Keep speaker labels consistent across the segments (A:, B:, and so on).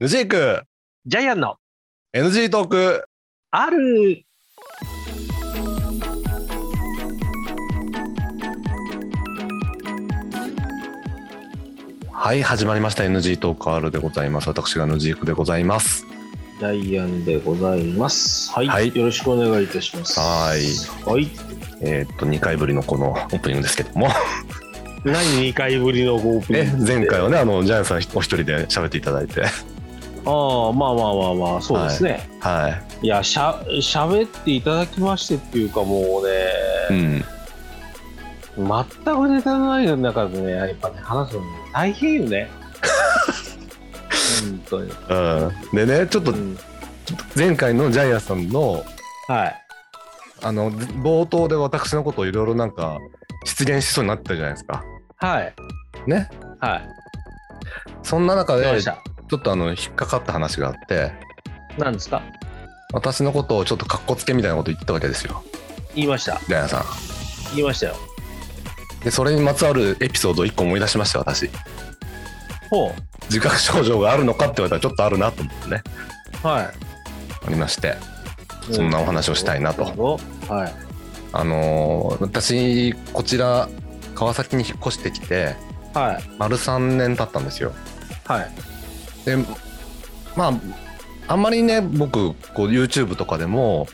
A: ヌジーク
B: ジャイアンの
A: NG トーク
B: ある
A: はい始まりました NG トーク R でございます私がヌジークでございます
B: ジャイアンでございます。はい、
A: はい
B: よろしくお願いいたします。
A: は
B: はい。
A: えーっと2回ぶりのこのオープニングですけど も
B: 何2回ぶりのオープニ
A: え
B: ングで
A: 前回はねあのジャイアンさんお一人で喋っていただいて
B: ああ、まあまあまあまあ、そうですね。、
A: はい
B: や、しゃ、喋っていただきましてっていうかもうね、
A: いうん
B: 全くネタのない中でね、やっぱね、話すの大変よ ね。本当に。
A: うんでねちょっと
B: うん
A: 前回のジャイアンさんの
B: はい。
A: あの冒頭で私のことをいろいろなんか失言しそうになったじゃないですか
B: はい。
A: ね
B: はい。
A: そんな中
B: どうで
A: で
B: し
A: ち
B: た
A: ょっとあの引っかかった話があって
B: 何ですか
A: 私のことをちょっとかっこつけみたいなこと言ってたわけですよ
B: 言いました。
A: ジャイアンさん
B: 言いましたよ。
A: でそれにまつわるエピソードを1個思い出しました私
B: ほ
A: 自覚症状があるのかって言われたらちょっとあるなと思ってね
B: う。は
A: ありまして
B: い。
A: そんなお話をしたいなと
B: はい。
A: あのー私こちら川崎に引っ越してきて
B: はい。
A: 丸3年経ったんですよ
B: はい。
A: でまああんまりね僕こう YouTube とかでも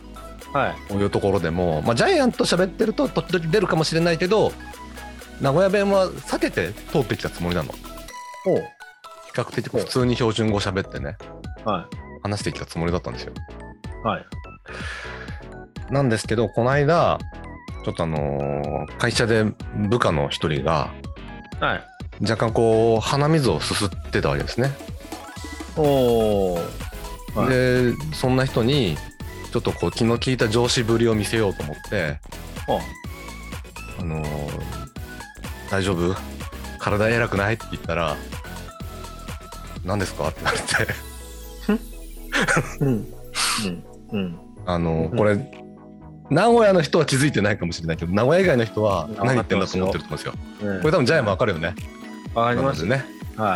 B: はい。
A: こういうところでも、まあ、ジャイアンと喋ってると時々出るかもしれないけど名古屋弁は避けて通ってきたつもりなの比
B: お
A: 較的普通に標準語喋ってね
B: は
A: 話してきたつもりだったんですよ
B: い。はい。
A: なんですけど、この間、ちょっとあのー会社で部下の一人が、
B: はい。
A: 若干こう、鼻水をすすってたわけですね。
B: おー。はい
A: で、そんな人に、ちょっとこう、気の利いた上司ぶりを見せようと思って、
B: お
A: あのー大丈夫体偉くないって言ったら、何ですかって言われて、
B: うん。うん。うん。
A: あのー
B: うん
A: これ、名古屋の人は気づいてないかもしれないけど、名古屋以外の人は
B: うん
A: 何言ってんだと思ってると思うんですよ。
B: ね
A: これ多分ジャイアンもわかるよね。
B: わか
A: あ
B: りますね。
A: ね。
B: はい。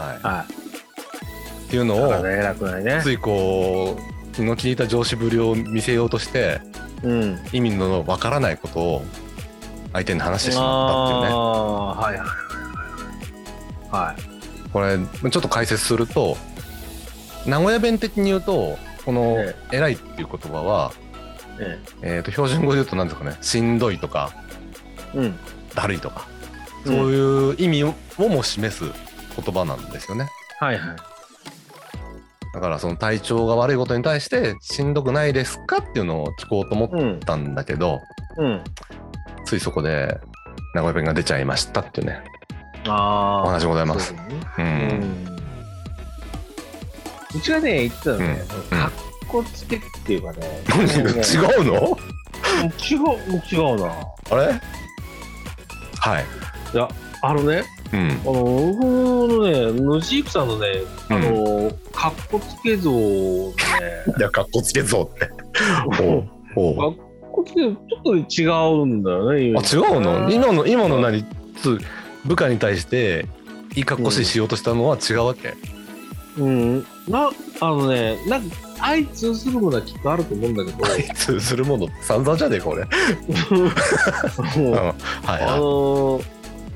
B: はい。
A: はい。
B: はい。
A: っていうの
B: だ
A: を、
B: からね、偉くないね
A: つ。いこう気の利いた上司ぶりを見せようとして
B: うん。
A: 意味のわからないことを相手に話してしまったっていうね
B: ああー、はいはいはいはい。はい。
A: これちょっと解説すると名古屋弁的に言うとこの
B: え
A: 「偉い」っていう言葉は、
B: え
A: えー、と標準語で言うと何ですかねしんどいとか
B: え。うん。
A: だるいとか
B: そ。
A: そううんいう意味をも示す言葉なんですよね
B: はいはい。
A: だからその体調が悪いことに対してしんどくないですかっていうのを聞こうと思っ
B: うん。
A: たんだけど
B: うん。
A: ついそこで名古屋弁が出ちゃいましたっていうね
B: ああ。
A: お話でございます
B: そうだね。
A: う
B: うんん。うちがね、言ってたのね、
A: うん
B: かっこつけっていうかね、
A: 何が
B: もうね
A: 違うの
B: 違う、違うな。
A: あれはい。
B: いや、あのね、
A: うん
B: あ。の僕のね、ヌジークさんのね、あの、かっこつけ像を ね、
A: いや、かっこつけぞって。おう
B: か
A: おう
B: っこつけ像ちょっと違うんだよね、イメ
A: あ、
B: ージ
A: 違うの今の、今の何つ部下に対して、いいかっこしいしようとしたのは違うわけ。
B: うん。な、あのね、なんか、相通するものはきっとあると思うんだけど、
A: 通するもの散々じゃねえか、俺。うん。
B: あ
A: はいは
B: の、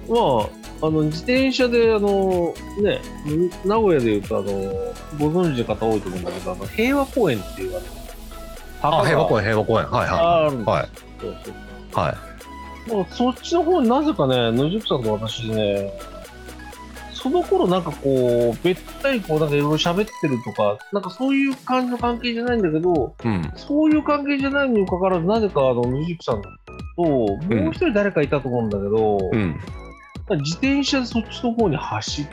B: まあ、あの、自転車で、あの、ね、名古屋でいうと、あの、ご存知の方多いと思うんだけど、あの、平和公園っていう、あの、
A: い。あ、平和公
B: 園。
A: 園、平和公園。はいは
B: あるん
A: い。
B: です
A: はい。
B: よそうそう
A: はい。
B: もうそっちの方になぜかね、野宿さんと私ね、その頃なんかこう、べったりこうなんかいろいろ喋ってるとか、なんかそういう感じの関係じゃないんだけど、
A: うん。
B: そういう関係じゃないにもかかわらず、なぜかあの野宿さんと、もう一人誰かいたと思うんだけど、
A: うん。
B: 自転車でそっちの方に走っ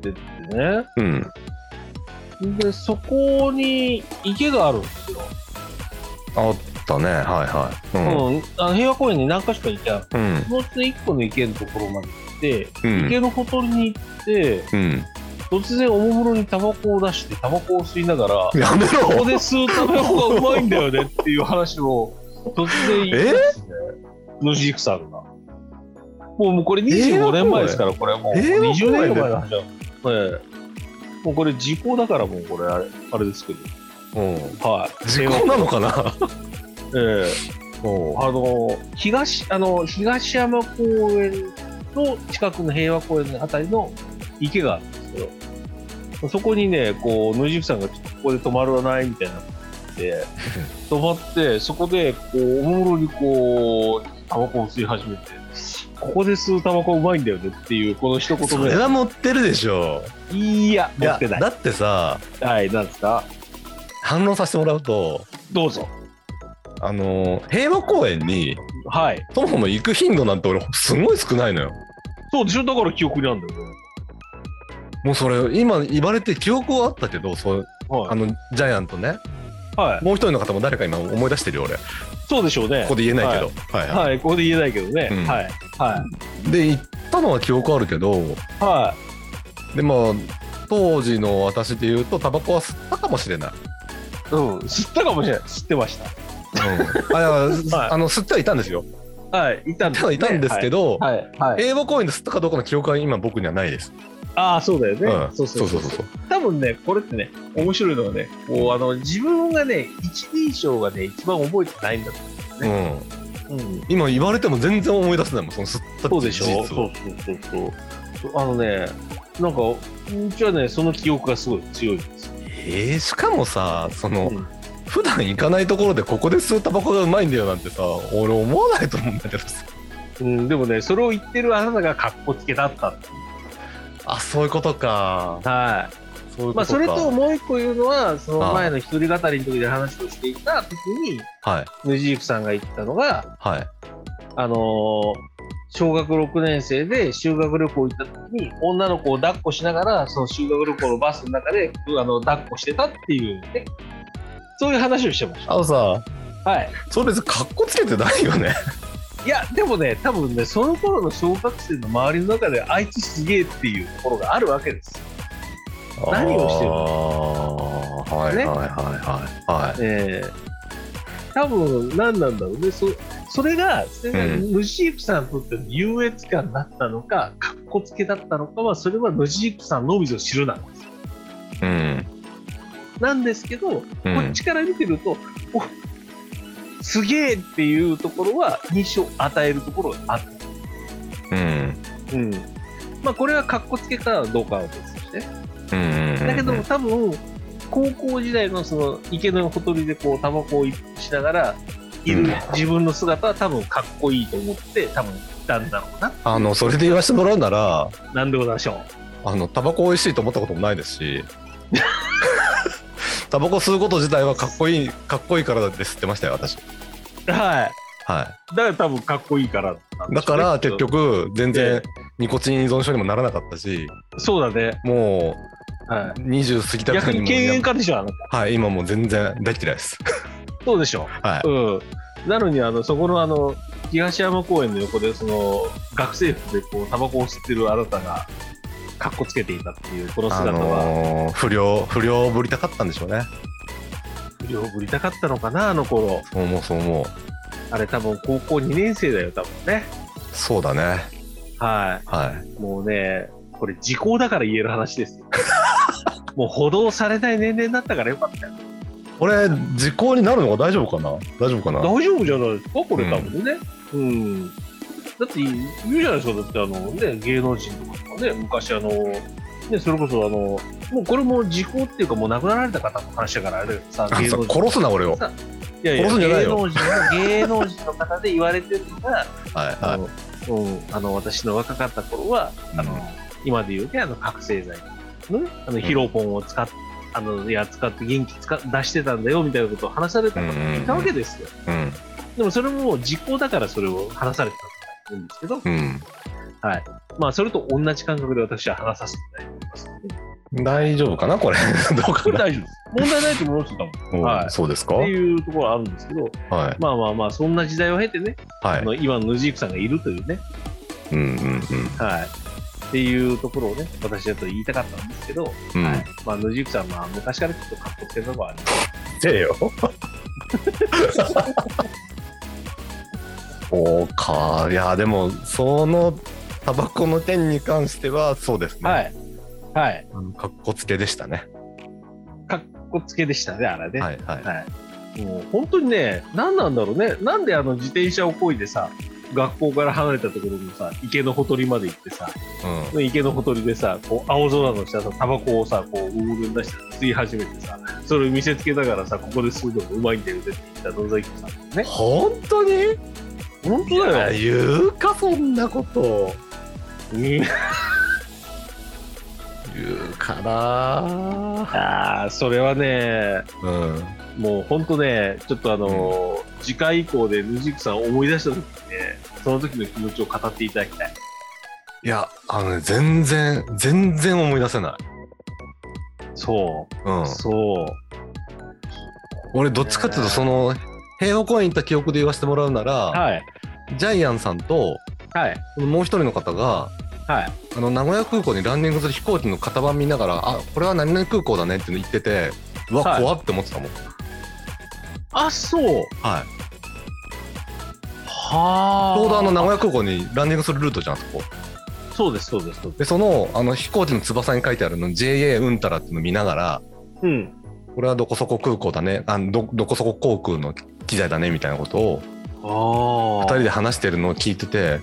B: てってね、
A: うん。
B: で、そこに池があるんですよ。
A: あったね。はいはい。
B: う、
A: うん
B: あの平和公園に何か所か池ある。
A: ん。うん。
B: そのうちの1個の池のところまで行って、
A: うん。
B: 池のほとりに行って、
A: うん。
B: 突然おもむろにタバコを出してタバコを吸いながらこ
A: やめ
B: こ
A: ろ
B: で吸うタバコがうまいんだよねっていう話を突然言い出すね野地育さんがもうもうこれ25年前ですからこれもう
A: えー
B: 20年以上前の話だ、ええもうこれ時効だからもうこれあれあれですけど
A: うん。
B: はい
A: 時効なのかな
B: ええ
A: うん。
B: あの東あの東山公園の近くの平和公園のあたりの池があるんですけどそこにねこう野宿さんがちょっとここで止まらないみたいなこと 言って止まってそこでこうおもむろにこうタバコを吸い始めてここで吸うタバコうまいんだよねっていうこの一言
A: そ
B: 目
A: れは持ってるでしょ。
B: いや
A: い
B: 持
A: や、
B: ってない
A: だってさ、
B: はいなんですか
A: 反論させてもらうと、
B: どうぞ
A: あのー、平和公園に、
B: はい
A: そもそも行く頻度なんて俺、すごい少ないのよ。
B: そうでしょだから記憶にあるんだよ
A: もうそれ、今言われて記憶はあったけど、そうあ
B: は
A: の、ジャイアントね、
B: い、はい、
A: もう一人の方も誰か今思い出してるよ、俺。こ
B: そうでしょうね
A: こで言えないけど。はい、はい
B: はい、ここで言えないけどね。
A: うん
B: はい。は
A: で、行ったのは記憶あるけど、
B: い。は
A: でも、当時の私で言うと、タバコは吸ったかもしれない。
B: い。うん。吸ったかもしれない。吸ってまし
A: あいや
B: はい
A: あの吸ってはいたんですよ。吸
B: た。はい。いたん
A: って
B: です、ね。
A: はいたんですけど、
B: はい。はい。はい
A: 英語公演で吸ったかどうかの記憶は今僕にはないです。
B: ああ、そうだよね。
A: うん
B: そうそうそう
A: そうそうそう
B: 多分ね、これってね、面白いのがね、こう、あの、自分がね、一人称がね、一番覚えてないんだと
A: う
B: ね
A: ん、
B: 思う。うん。
A: 今言われても全然思い出せないもん、その吸った
B: そう
A: 事
B: でしょ
A: 実
B: そ
A: を
B: うそうそうそう。あのね、なんか、うちはね、その記憶がすごい強いです。
A: えーしかもさ、その、
B: うん
A: 普段行かないところでここで吸うタバコがうまいんだよなんてさ、俺思わないと思うんだけどさ。
B: うん、でもね、それを言ってるあなたが格好つけだったってい
A: あ、そういうことか。
B: う。はい。
A: そういうことか。
B: まあ、それと、もう一個言うのは、その前の一人語りの時で話をしていた時に、
A: はい、
B: ヌジークさんが言ったのが、
A: はい。
B: あのー小学6年生で修学旅行行った時に、女の子を抱っこしながら、その修学旅行のバスの中で、あの、抱っこしてたっていうね、そういう話をしてまし
A: あのさ、
B: た。はい。
A: それ別に格好つけてないよね。
B: いや、でもね、多分ね、その頃の小学生の周りの中で、あいつすげえっていうところがあるわけです。何をしてる
A: のはいはい
B: ね
A: はいはい。はい
B: ええ多分何なんだろうねそそれがそれが
A: うん
B: ヌジークさんにとっての優越感だったのかかっこつけだったのかはそれはヌジークさんのみぞ知るなんですよ
A: うん。
B: なんですけど、
A: う
B: こ
A: ん
B: っちから見てるとおすげえっていうところは印象を与えるところがあっ
A: うん。
B: て、うんまあ、これはかっこつけかどうかは別として
A: だ
B: だけども多分高校時代のその池のほとりでこうタバコを一服しながらいる
A: うん
B: 自分の姿は多分かっこいいと思って多分行ったんだろうな。
A: あの、それで言わせてもらうなら、
B: なんでございましょう。
A: あの、タバコ美味しいと思ったこともないです し、タバコ吸うこと自体はかっこいい、かっこいいからだって吸ってましたよ、私。
B: は。
A: はい
B: だから多分かっこいいからなん
A: い。
B: で
A: だ
B: しょ
A: か
B: うね
A: ら、結。局、全
B: え
A: 然
B: え、
A: ニコチン依存症にもならなかったし、
B: そうだね。
A: も
B: は
A: う、20過ぎ
B: い。
A: た
B: 逆
A: に
B: に
A: も
B: 敬遠家でしょ、あな
A: はい、今もう全然大嫌い です。
B: た。そうでしょ。
A: は
B: うん。なのに、あの、そこのあの、東山公園の横で、その、学生服でこう、タバコを吸ってるあなたが、かっこつけていたっていう、この
A: い。あ
B: 姿は、
A: のー不良、不良ぶりたかったんでしょうね。
B: 不良ぶりたかったのかな、あの頃。
A: そう思う、そう思う。
B: あれ多分高校2年生だよ、多分ね。
A: そうだね。
B: は
A: はい。
B: い。もうね、これ時効だから言える話です よ。もう補導されない年齢になったからよかったよ。
A: これ、時効になるのが大丈夫かな大丈夫かな
B: 大丈夫じゃないですか、これ多分ね。うん。だって言うじゃないですか、だってあのね、芸能人とかね、昔あの、ね、それこそあの、もうこれも時効っていうかもう亡くなられた方の話だからあれだけどさ、
A: あ
B: 芸
A: そ
B: 能
A: う
B: 人。
A: 殺すな、俺を。
B: さいやいや
A: 殺すんじゃないよ
B: 芸能人の芸能人の方で言われてるのが、
A: はい
B: あ
A: は
B: のうん、あの私の若かった頃は、あの
A: うん
B: 今で言うね、あの覚醒剤のね、あのヒロポンを使っあのいや使って元気使っ出してたんだよみたいなことを話された方
A: うんうん
B: が
A: うん
B: いたわけですよ。
A: い。うん。
B: でもそれももう時効だからそれを話されてたんですけど、
A: う
B: まあそれと同じ感覚で私は話させていただいてます、
A: ん。大丈夫かなこれ。 どう
B: こ
A: か
B: れ
A: な
B: 大丈夫です。問題ないと思う人だもん。っ
A: うん
B: はい
A: そうですか
B: ていうところはあるんですけど、
A: はい。
B: まあまあまあ、そんな時代を経てね、
A: は
B: あの
A: い。
B: 今のヌジークさんがいるというね、
A: うんうんうん。
B: はい。っていうところをね、私だと言いたかったんですけど、
A: うん
B: はい。まあ、野宿さんは昔からちょっと格好つけたとこはあります。
A: せえよ。 そうか。いや、でも、その、タバコの件に関しては、そうですね。
B: はい。はい。
A: あのかっこつけでしたね。
B: かっこつけでしたね、あれね。
A: はいはい。
B: もう本当にね、何なんだろうね。なんであの自転車を漕いでさ、学校から離れたところのさ、池のほとりまで行ってさ、
A: うん。
B: 池のほとりでさ、こう青空の下さ、タバコをさ、こう、うーん出して吸い始めてさ、それを見せつけながらさ、ここで吸うのもうまいんだよねって言った野崎さんね。
A: 本当に
B: 本
A: い
B: 当
A: や
B: だよ。
A: 言うかそんなこと
B: うん
A: 言うかな
B: ああ、それはね、
A: うん
B: もう本当ね、ちょっとあのー次回以降でヌジクさんを思い出した時にね、その時の気持ちを語っていただきたい。
A: いやあのね全然全然思い出せない、
B: そうう、
A: ん、
B: そう。
A: 俺どっちかっていうとその平和公園行った記憶で言わせてもらうなら、
B: はい。
A: ジャイアンさんと
B: はい。
A: もう一人の方が
B: はい。
A: あの名古屋空港にランディングする飛行機の型番見ながら「あこれは何々空港だね」っていうの言っててうわ、
B: はい
A: 怖って思ってたもん
B: あ、そう。
A: はい
B: はあ。
A: ちょうどあの名古屋空港にランディングするルートじゃんそこ
B: そうです、そうです、そうです。
A: でそのあの飛行機の翼に書いてあるの JA うんたらっていうの見ながら
B: うん。
A: これはどこそこ空港だねあどどこそこ航空の機材だねみたいなことを
B: ああ。
A: 2人で話してるのを聞いてて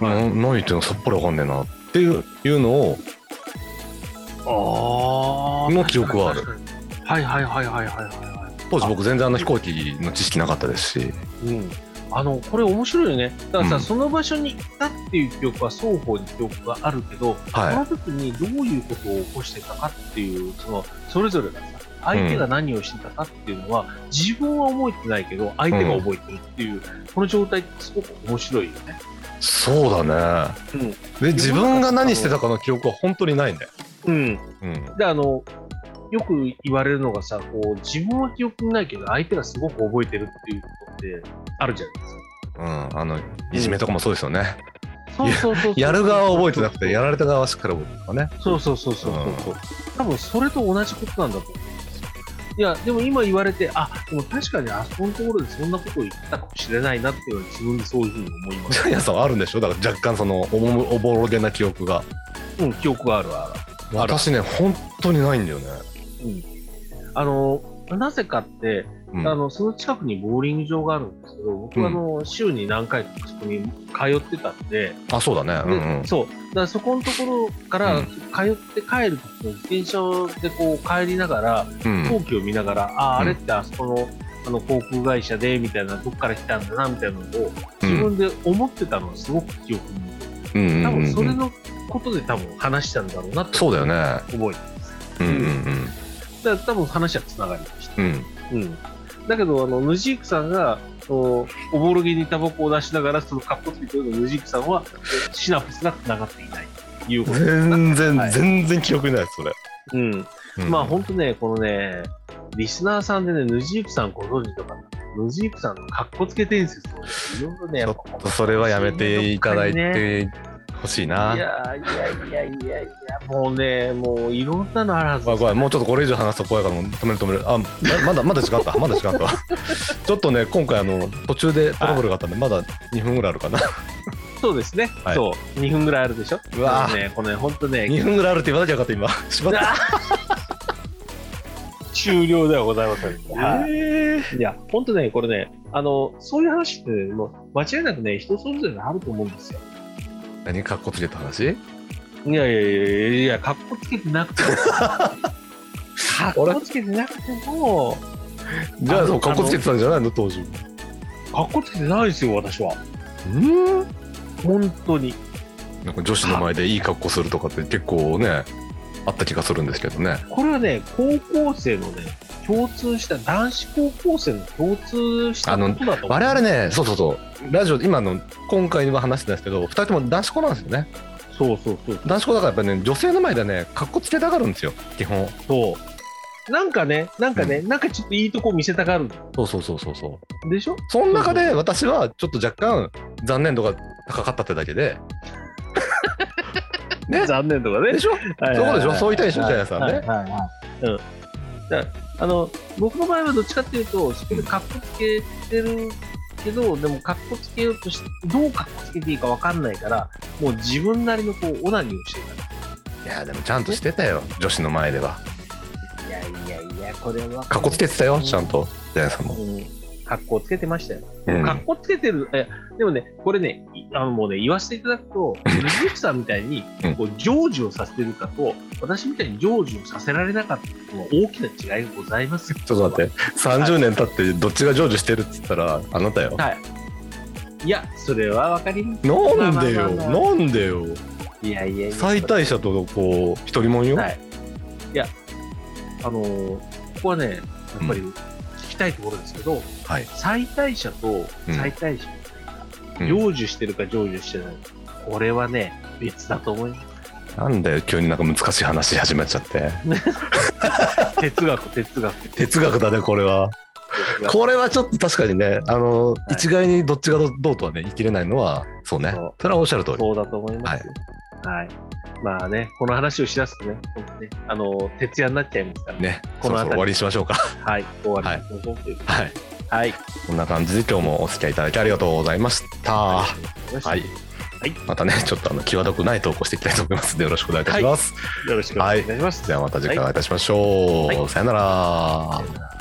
A: な
B: はい
A: 何言ってんのさっぱりわかんねえなっていういうのを
B: ああ。
A: の記憶はある。
B: はいはいはいはいはいは
A: 当時僕全然あの飛行機の知識なかったですし
B: い。うん。あの、これ面白いよね。だからさ、
A: うん
B: その場所に行ったっていう記憶は双方に記憶があるけど、そ
A: は
B: の時にどういうことを起こしてたかっていう、その、それぞれがさ、相手が何をしてたかっていうのは、自分は覚えてないけど、相手が覚えてるっていう、この状態ってすごく面白いよね。
A: いそうだね
B: うん。
A: で自分が何してたかの記憶は本当にないんだよ、
B: うん。
A: うん、
B: で、あの、よく言われるのがさ、こう、自分は記憶にないけど、相手がすごく覚えてるっていうことってあるじゃないですか。
A: うん、あのいじめとかもそうですよね、
B: そうそうそうそう。
A: やる側は覚えてなくてやられた側はしっかり覚えてるとかね
B: そうそうそうそうそうそう。多分それと同じことなんだと思うんですよ。いや、でも今言われて、あ、でも確かにあそこのところでそんなことを言ってたかもしれないなっていうのは自分でそういうふうに思いま
A: ジ
B: す。
A: ャイアンさんはあるんでしょだから若干そのおもおぼろげな記憶が
B: うん、記憶があるわ。ある
A: 私ね本当にないんだよね、
B: あの、なぜかって、
A: うん、
B: あのその近くにボーリング場があるんですけど、僕はあの、週に何回かそこに通ってたんで、
A: あそうだね
B: で
A: うんうん
B: そう。だからそこのところから
A: うん
B: 通って帰る時の自転車でこう帰りながら、
A: うん
B: 飛行機を見ながら、ああ、
A: う
B: あ
A: ん
B: れってあそこのあの航空会社で、みたいな、どっから来たんだな、みたいなのを、
A: うん
B: 自分で思ってたのはすごく記憶に残る。
A: うんうんうん
B: 多
A: うん
B: 分それのことで多分話したんだろうなって
A: そうだよね
B: 覚
A: う
B: えて
A: んうん
B: ます。だから多分話は繋がりました。
A: うん うん
B: うん。だけど、あの、ヌジークさんが、おおぼろげにタバコを出しながら、そのカッコつけてるのヌジークさんは、シナプスが繋がっていないということ。
A: 全然、
B: はい
A: 全然記憶にないですそれ、
B: うん。
A: うん
B: まあ本当ね、このね、リスナーさんでね、ヌジークさんご存知とか、ヌジークさんのかっこつけ伝説をねいろいろね、
A: ち
B: や
A: ょ
B: っ
A: っ
B: ぱ
A: とそれはやめていただいてほしいない
B: やいやいやいやいや、もうね、もういろんなのあるはず
A: ごめんごめんもうちょっとこれ以上話すと怖いからもう止める止めるあままだまだ時間あったまだ時間あったわ ちょっとね今回あの途中でトラブルがあったんでまだ2分ぐらいあるかな
B: そうですね、
A: はい
B: そう、2分ぐらいあるでしょ。
A: うわぁ
B: もね、このね、本当ね、
A: 2分ぐらいあるって言わなきゃよかった今縛った
B: 終了ではございません。はい
A: え
B: いや、本当ね、これね、あの、そういう話って、もう間違いなくね、人それぞれあると思うんですよ。
A: ー、何かっこつけた話
B: いやいやいやいやいや、かっこつけてな くても。かっこつけてなくても、
A: じゃ
B: あ
A: あ
B: の
A: そうかっこつけてたんじゃないの当時
B: かっこつけてないですよ、私は。
A: うん
B: 本当に。
A: なんか女子の前でいい格好するとかって結構ねあった気がするんですけどね
B: これはね、高校生のね、共通した、男子高校生の共通したことだと思う。
A: 我々。ねそうそうそうラジオ今の今回は話してないですけど2人とも男子校なんですよね
B: そうそうそう。
A: 男子校だからやっぱりね女性の前ではねかっこつけたがるんですよ基本
B: そう。なんかね、なんかね、なんかちょっといいとこ見せたがる
A: そうそうそうそうそう
B: でしょ
A: その中で私はちょっと若干残念度が高かったってだけでね
B: 残念とか
A: で
B: ね。
A: しょ
B: はい
A: そうでしょ
B: はい
A: そう言いたいでしょ
B: は
A: ジャイアンさんね
B: はいはいはいうん。だからあの、僕の場合はどっちかっていうと、そこでカッコつけてるけど、でもカッコつけようとして、どうカッコつけていいかわかんないから、もう自分なりのこう、オナニーをしてるから。
A: いやでもちゃんとしてたよ女子の前ではい
B: やいやいや、これは。
A: かっこつけてたよちゃんとジャイアンさんも、
B: うん。格好つけてましたよ。
A: うん、
B: 格好つけてる、えでもね、これね、いあのもうね、言わせていただくと、水口さんみたいに
A: うん
B: こう成就をさせてるかと、私みたいに成就をさせられなかったとの大きな違いがございますよ。
A: ちょっと待って30年経ってどっちが成就してるっつったらあなたよ、
B: はい。いや、それはわかりま
A: なんでよ、
B: まあまあまあ
A: な
B: ま
A: んでよ
B: す。いやいやいや。
A: 最大者とこう一人もんよ、
B: はい。いや、あのーここはね、やっぱり聞きたいところですけど、
A: はい
B: 最大者と
A: うん
B: 最大者、
A: うん
B: 成就してるか成就してないか、これはね、別だと思います。
A: なんだよ急になんか難しい話始まっちゃって
B: 哲学、哲学。
A: 哲学だねこれは
B: 哲学
A: これはちょっと確かにねあの、
B: い
A: 一概にどっちがどどうとはね言い切れないのはそうね
B: そう
A: それはおっしゃる通り
B: そうだと思いますよ。はい。まあね、この話をしだすとね、本当ねあのー、徹夜になっちゃいますから、
A: ね
B: この辺り
A: そろそろ終わりにしましょうか
B: はい、終わりにしましょうという
A: はい
B: はい。
A: こんな感じで今日もお付き合いいただきありがとうございました
B: あ
A: は
B: りがとうござい
A: い
B: まし、
A: またねちょっとあの際どくない投稿していきたいと思いますのでよろしくお願いいたします、
B: たよろしくお願いいたします。
A: ではまた次回お会いいたしましょう、
B: はい
A: さよなら、
B: さよなら